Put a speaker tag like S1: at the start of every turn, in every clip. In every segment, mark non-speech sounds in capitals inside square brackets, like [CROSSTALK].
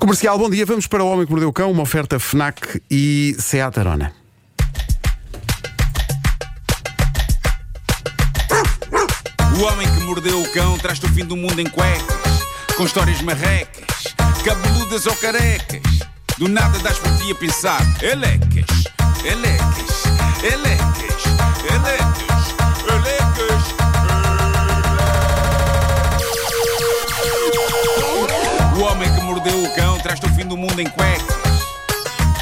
S1: Comercial, bom dia. Vamos para o Homem que Mordeu o Cão, uma oferta FNAC e Seat Arona.
S2: O homem que mordeu o cão traz-te o fim do mundo em cuecas, com histórias marrecas, cabeludas ou carecas. Do nada das por ti a pensar, elecas, elecas, elecas, elecas, elecas. O homem que mordeu o cão traz-te o fim do mundo em cuecas,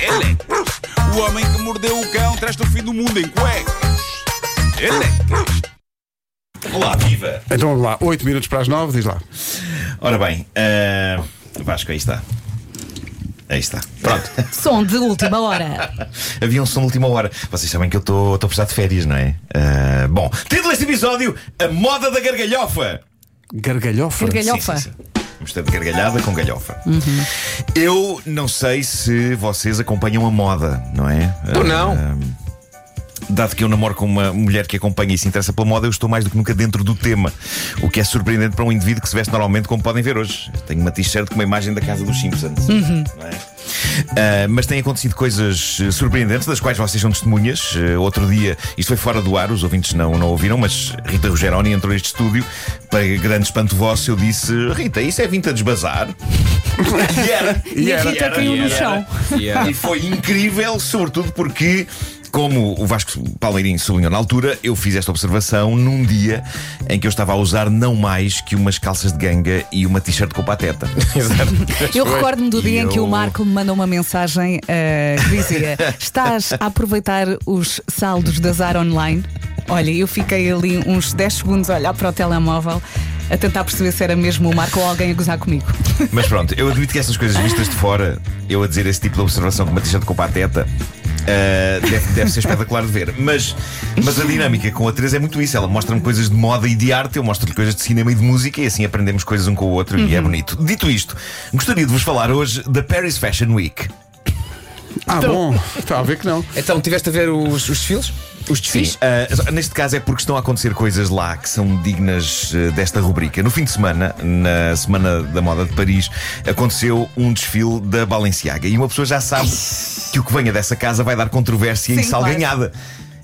S2: elecas. O homem que mordeu o cão traz-te o fim do mundo em cuecas, elecas.
S3: Olá, viva!
S1: Então vamos lá, 8 minutos para as 9, diz lá.
S3: Ora bem, ah, Vasco, aí está. Aí está. [LAUGHS] Pronto.
S4: Som de última
S3: [LAUGHS]
S4: hora.
S3: Havia um som de última hora. Vocês sabem que eu estou estou a precisar de férias, não é? Ah, bom, título deste episódio: A moda da gargalhofa.
S1: Gargalhofa.
S4: Gargalhofa.
S3: Sim, sim, sim. Vamos ter de gargalhada com galhofa. Eu não sei se vocês acompanham a moda, não é?
S5: Ou não.
S3: Ah, Dado que eu namoro com uma mulher que acompanha e se interessa pela moda, eu estou mais do que nunca dentro do tema. O que é surpreendente para um indivíduo que se veste normalmente, como podem ver hoje. Eu Tenho uma t-shirt com uma imagem da casa dos Simpsons. Não é? Ah, mas têm acontecido coisas eh, surpreendentes, das quais vocês são testemunhas. Eh, outro dia, isto foi fora do ar, os ouvintes não, não ouviram, mas Rita Rogeroni entrou neste estúdio. Para grande espanto vosso, eu disse: Rita, isso é vintage bazar? e era.
S4: E a Rita
S3: era,
S4: caiu
S3: e
S4: no
S3: era.
S4: chão.
S3: E foi incrível, sobretudo porque. Como o Vasco Palmeirinho sublinhou na altura, eu fiz esta observação num dia em que eu estava a usar não mais que umas calças de ganga e uma t-shirt com pateta. [LAUGHS]
S4: Eu recordo-me do
S3: E
S4: dia em que
S3: eu-
S4: o Marco me mandou uma mensagem eh, que
S3: [LAUGHS]
S4: dizia: Estás a aproveitar os saldos da Zara Online? Olha, eu fiquei ali uns 10 segundos a olhar para o telemóvel a tentar perceber se era mesmo o Marco ou alguém a gozar comigo. [LAUGHS]
S3: Mas pronto, eu admito que essas coisas vistas de fora, eu a dizer esse tipo de observação com uma t-shirt com pateta. ah, deve, deve ser espetacular de ver, mas, mas a dinâmica com a Teresa é muito isso. Ela mostra-me coisas de moda e de arte, eu mostro-lhe coisas de cinema e de música, e assim aprendemos coisas um com o outro, e é bonito. Dito isto, gostaria de vos falar hoje da Paris Fashion Week.
S1: Ah, bom, está a ver que não.
S5: Então, tiveste a ver os, os desfiles? Os desfiles?
S3: Ah, neste caso é porque estão a acontecer coisas lá que são dignas eh, desta rubrica. No fim de semana, na Semana da Moda de Paris, aconteceu um desfile da Balenciaga e uma pessoa já sabe que o que venha dessa casa vai dar controvérsia e
S4: Sim, claro.
S3: salganhada.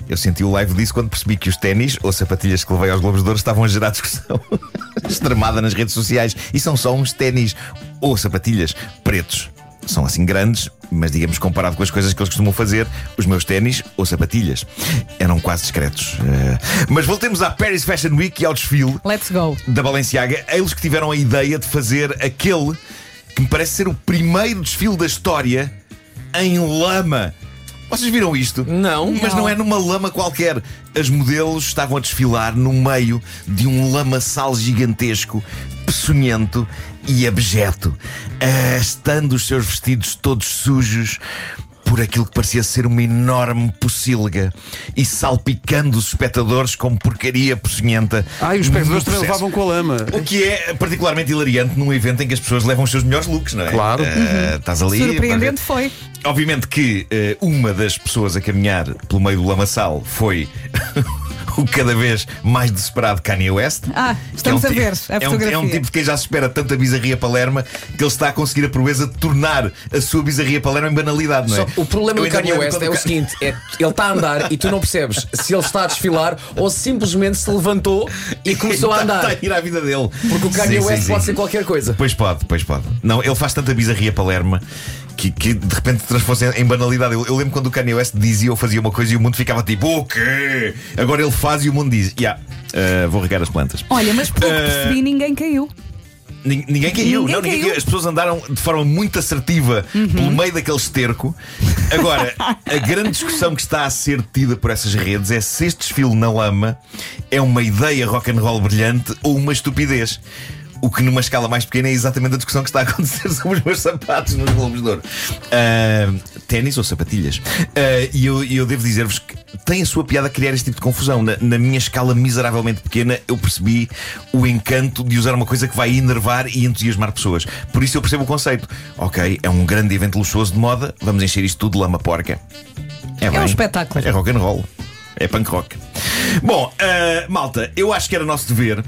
S3: Eu senti o live disso quando percebi que os ténis ou sapatilhas que levei aos Globos de Ouro estavam a gerar discussão [LAUGHS] extremada nas redes sociais. E são só uns ténis ou sapatilhas pretos. São assim grandes, mas digamos comparado com as coisas que eles costumam fazer, os meus ténis ou sapatilhas eram quase discretos. Eh, Mas voltemos à Paris Fashion Week e ao desfile
S4: Let's go.
S3: da Balenciaga, eles que tiveram a ideia de fazer aquele que me parece ser o primeiro desfile da história em lama. Vocês viram isto?
S5: Não.
S3: Mas não é numa lama qualquer. As modelos estavam a desfilar no meio de um lamaçal gigantesco, peçonhento e abjeto, arrastando os seus vestidos todos sujos por aquilo que parecia ser uma enorme pocilga e salpicando os espectadores com porcaria peçonhenta.
S1: Ai, os
S3: no
S1: espectadores também
S3: processo.
S1: levavam com a lama.
S3: O que é particularmente hilariante num evento em que as pessoas levam os seus melhores looks, não é?
S1: Claro.
S3: Eh, Estás ali.
S4: Surpreendente foi.
S3: Obviamente que eh, uma das pessoas a caminhar pelo meio do lamaçal foi [LAUGHS] o cada vez mais desesperado Kanye West.
S4: Ah, estamos
S3: Que
S4: a ver
S3: tipo-
S4: a
S3: é, um, é um
S4: fotografia.
S3: tipo de quem já se espera tanta bizarria palerma que ele está a conseguir a proeza de tornar a sua bizarria palerma em banalidade, não é?
S5: Só- o problema
S3: Eu
S5: do
S3: ainda me
S5: Kanye
S3: lembro
S5: West
S3: quando
S5: é o
S3: Ka- [LAUGHS]
S5: seguinte: é, ele está a andar e tu não percebes se ele está a desfilar ou simplesmente se levantou e começou a
S3: Está-
S5: andar.
S3: Está a ir à vida dele.
S5: Porque o
S3: Sim,
S5: Kanye
S3: sim,
S5: West
S3: sim.
S5: pode ser qualquer coisa.
S3: Pois pode, pois pode. Não, ele faz tanta bizarria palerma que, que de repente transforma-se em- em banalidade. Eu, eu lembro quando o Kanye West dizia ou fazia uma coisa e o mundo ficava tipo, o quê? Agora ele faz e o mundo diz, "Ya, ah, vou regar as plantas.
S4: Olha, mas pelo que
S3: Eh,
S4: percebi, ninguém caiu.
S3: Nin- Ninguém caiu,
S4: Ninguém
S3: não, ninguém
S4: caiu.
S3: caiu. As pessoas andaram de forma muito assertiva pelo meio daquele esterco.
S4: [LAUGHS]
S3: Agora, a grande discussão que está a ser tida por essas redes é se este desfile na lama é uma ideia rock and roll brilhante ou uma estupidez. O que numa escala mais pequena é exatamente a discussão que está a acontecer [LAUGHS] sobre os meus sapatos nos Globos de Ouro. Ah, Ténis ou sapatilhas? Ah, e eu, e eu devo dizer-vos que tem a sua piada criar este tipo de confusão. Na, na minha escala miseravelmente pequena, eu percebi o encanto de usar uma coisa que vai enervar e entusiasmar pessoas. Por isso eu percebo o conceito. Ok, é um grande evento luxuoso de moda, vamos encher isto tudo de lama porca. É, bem.
S4: espetáculo.
S3: É rock and roll. É punk rock. Bom, eh, ah, malta, eu acho que era nosso dever.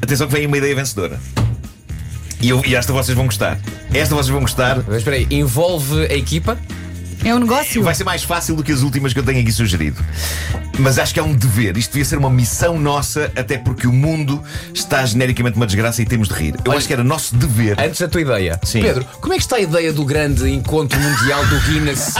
S3: Atenção que vem aí uma ideia vencedora. E, eu, e esta vocês vão gostar. Esta vocês vão gostar.
S5: Mas espera aí, envolve a equipa?
S4: É um negócio.
S3: Vai ser mais fácil do que as últimas que eu tenho aqui sugerido. Mas acho que é um dever. Isto devia ser uma missão nossa, até porque o mundo está genericamente uma desgraça e temos de rir. Eu acho que era nosso dever.
S5: Antes da tua ideia.
S3: Sim.
S5: Pedro, como é que está a ideia do grande encontro mundial do Guinness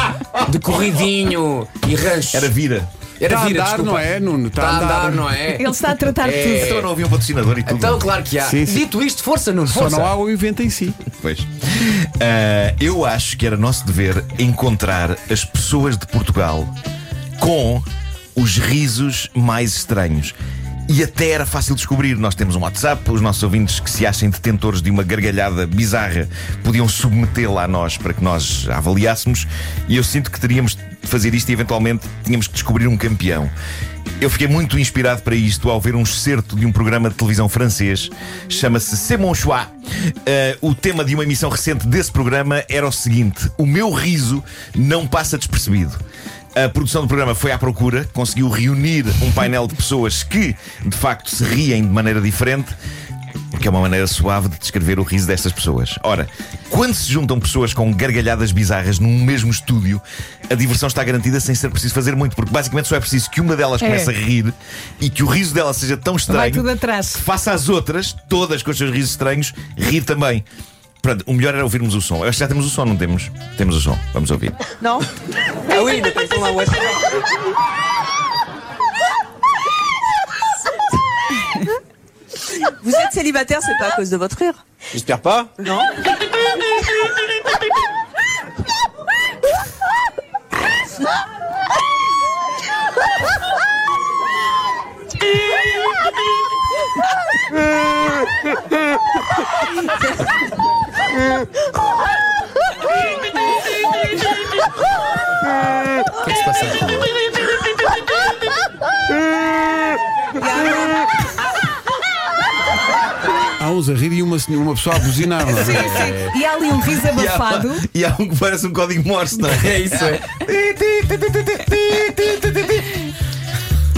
S5: de corridinho e rancho?
S3: Era vira.
S5: Era
S1: Está a
S5: vira,
S1: andar,
S5: desculpa.
S1: não é, Nuno?
S5: Está a andar, não é?
S4: Ele está a tratar de tudo.
S5: É.
S3: Então não havia um patrocinador e tudo.
S5: Então, claro que há.
S1: Sim, sim.
S5: Dito isto, força, Nuno,
S1: Só
S5: força.
S1: não há o evento em si.
S3: Pois. Ah, eu acho que era nosso dever encontrar as pessoas de Portugal com os risos mais estranhos. E até era fácil descobrir. Nós temos um WhatsApp, os nossos ouvintes que se achem detentores de uma gargalhada bizarra podiam submetê-la a nós para que nós a avaliássemos. E eu sinto que teríamos de fazer isto e eventualmente tínhamos que descobrir um campeão. Eu fiquei muito inspirado para isto ao ver um excerto de um programa de televisão francês, chama-se C'est mon choix. Eh, o tema de uma emissão recente desse programa era o seguinte: O meu riso não passa despercebido. A produção do programa foi à procura, conseguiu reunir um painel de pessoas que, de facto, se riem de maneira diferente que é uma maneira suave de descrever o riso destas pessoas. Ora, quando se juntam pessoas com gargalhadas bizarras num mesmo estúdio, a diversão está garantida sem ser preciso fazer muito, porque basicamente só é preciso que uma delas
S4: É.
S3: comece a rir e que o riso dela seja tão
S4: Vai
S3: estranho
S4: tudo atrás.
S3: que faça as outras, todas com os seus risos estranhos, rir também. Pronto, o melhor era ouvirmos o som. Eu acho que já temos o som, não temos? Temos o som. Vamos ouvir.
S6: Non Ah oui, mais t'as sur la voiture. Vous êtes célibataire, c'est pas à cause de votre rire.
S2: J'espère pas.
S6: Non
S5: O que é que se passa aqui?
S1: Há uns a rir e uma, senhora- uma pessoa a buzinar. Não
S4: [LAUGHS] Sim,
S1: é?
S4: sim. E há ali um riso
S3: E há-
S4: abafado.
S3: E há um que parece um código Morse, não é?
S5: É isso, é.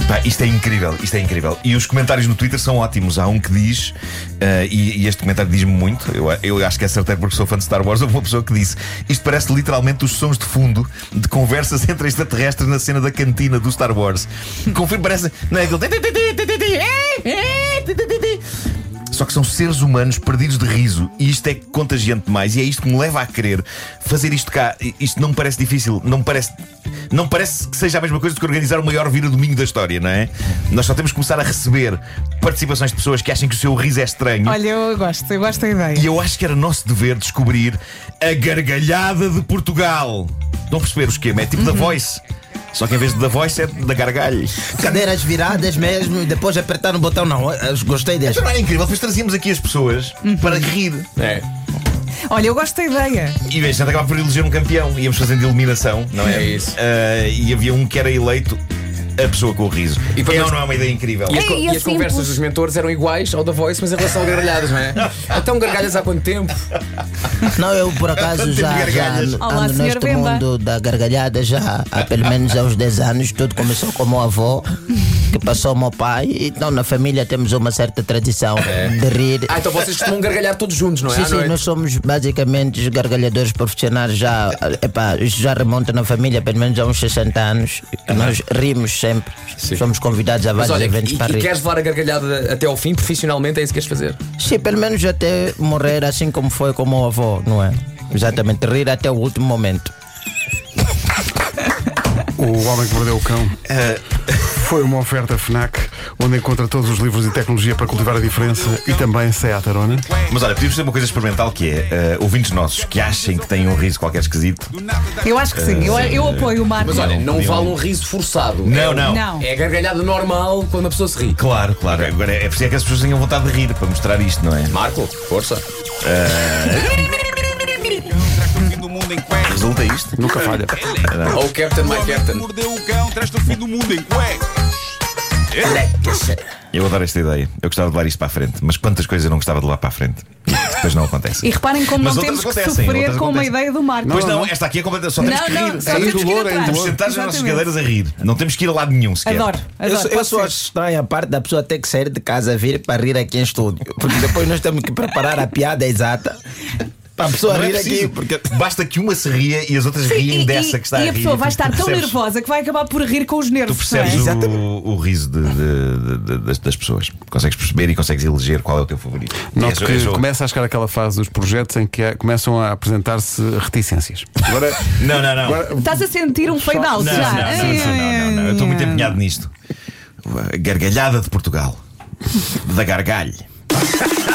S3: Pá, isto é incrível, isto é incrível. E os comentários no Twitter são ótimos. Há um que diz, eh, e, e este comentário diz-me muito, eu, eu acho que é certo é porque sou fã de Star Wars, houve uma pessoa que disse: isto parece literalmente os sons de fundo de conversas [LAUGHS] entre extraterrestres na cena da cantina do Star Wars. Confirmo, parece. Não é aquele. Só que são seres humanos perdidos de riso E isto é contagiante demais E é isto que me leva a querer fazer isto cá I- Isto não me parece difícil Não me parece, não me parece que seja a mesma coisa do que organizar O maior vira domingo da história, não é? Nós só temos que começar a receber Participações de pessoas que acham que o seu riso é estranho
S4: Olha, eu gosto, eu gosto da ideia.
S3: E eu acho que era nosso dever descobrir A gargalhada de Portugal Estão a perceber o esquema? É tipo da voice Só que em vez de da voice é da gargalha
S7: Cadeiras viradas mesmo e depois apertar um botão, não. eu Gostei deste.
S3: Então não era incrível? Depois trazíamos aqui as pessoas Para rir
S5: É.
S4: Olha, eu gosto da ideia.
S3: E bem, a gente acaba por eleger um campeão. Íamos fazendo eliminação, não é?
S5: É isso.
S3: Ah, e havia um que era eleito a pessoa com o riso.
S5: E
S3: E
S5: depois-
S3: é ou não é uma ideia incrível?
S5: E as, co-
S4: Ei,
S5: e
S4: é
S5: as conversas
S4: simples.
S5: dos mentores eram iguais ao da Voice, mas em relação a gargalhadas, não é? Então, gargalhas há quanto tempo?
S7: Não, eu por acaso
S3: Temos
S5: tipo
S7: já, já
S3: gargalhas.
S7: ando
S4: Olá, senhor
S7: neste
S4: Bemba.
S7: mundo da gargalhada já há pelo menos há uns 10 anos. Tudo começou com o meu avô, que passou ao meu pai. Então na família temos uma certa tradição de rir.
S5: Ah, então vocês costumam gargalhar todos juntos, não é?
S7: Sim,
S5: à
S7: sim,
S5: noite.
S7: nós somos basicamente os gargalhadores profissionais já, epá, isto já remonta na família pelo menos há uns 60 anos. Nós rimos sempre. Somos convidados a
S5: Mas
S7: vários
S5: olha,
S7: eventos
S5: e,
S7: para
S5: e
S7: rir.
S5: queres levar a gargalhada até ao fim, profissionalmente, é isso que queres fazer?
S7: Sim, pelo menos até morrer assim como foi com o meu avô, não é? Exatamente, rir até o último momento.
S1: O Homem que Mordeu o Cão foi uma oferta FNAC, onde encontra todos os livros e tecnologia para cultivar a diferença e também Seat Arona.
S3: Mas olha, podíamos ter uma coisa experimental que é ah, ouvintes nossos que achem que têm um riso qualquer esquisito.
S2: Do nada das
S4: Eu acho que sim,
S3: É,
S4: eu, eu apoio o Marco.
S5: Mas olha, não
S3: podiam-
S5: vale um riso forçado.
S3: Não,
S5: É-
S3: não.
S4: Não.
S5: É a gargalhada normal quando a pessoa se ri.
S3: Claro, claro. Agora é preciso é que as pessoas tenham vontade de rir para mostrar isto, não é?
S5: Marco, força.
S2: Traz-te o fim do mundo em cuecas.
S3: Resulta isto?
S1: Nunca falha.
S2: Ele
S5: Oh, Captain, my
S2: é que
S5: Captain.
S2: mordeu o cão, traz-te o fim do mundo em cuecas. Ele é que
S3: Eu adoro esta ideia. Eu gostava de levar isto para a frente, mas quantas coisas eu não gostava de levar para a frente. depois não acontece.
S4: E reparem como
S3: Mas é
S4: não
S3: outras
S4: temos que
S3: acontecem,
S4: sofrer
S3: outras
S4: com uma
S3: acontecem.
S4: ideia do Marco.
S3: assim. Pois não, esta aqui é completa, só temos
S4: não,
S3: que
S4: não,
S3: rir.
S4: só
S1: É
S4: temos que ir
S1: indolor, é
S4: atrás.
S3: Temos que sentar nas nossas
S4: Exatamente.
S3: cadeiras a rir. Não temos que ir a lado nenhum sequer.
S4: Adoro,
S7: Eu,
S4: adoro.
S7: só- eu
S4: pode
S7: só
S4: ser.
S7: acho estranha a parte da pessoa ter que sair de casa vir para rir aqui em estúdio. Porque depois nós temos que preparar a piada exata para a pessoa
S3: Não é
S7: rir
S3: preciso,
S7: aqui.
S3: porque basta que uma se ria e as outras
S4: Sim,
S3: riem
S4: e-
S3: dessa que está
S4: e
S3: a
S4: a
S3: rir.
S4: pessoa vai
S3: tu
S4: estar tão
S3: percebes-
S4: nervosa que vai acabar por rir com os
S3: Tu
S4: nervos.
S3: percebes
S4: não é?
S3: o, o riso de- de- de- de- das, das pessoas. Consegues perceber e consegues eleger qual é o teu favorito.
S1: Noto
S3: É,
S1: que
S3: é jogo.
S1: começa a chegar aquela fase dos projetos em que há- começam a apresentar-se reticências. Agora,
S3: Não, não, não.
S1: agora
S4: Estás a sentir um fade out
S3: Não,
S4: já.
S3: não, não, não, não, não, não. Eu estou muito empenhado nisto. A gargalhada de Portugal. Da gargalha.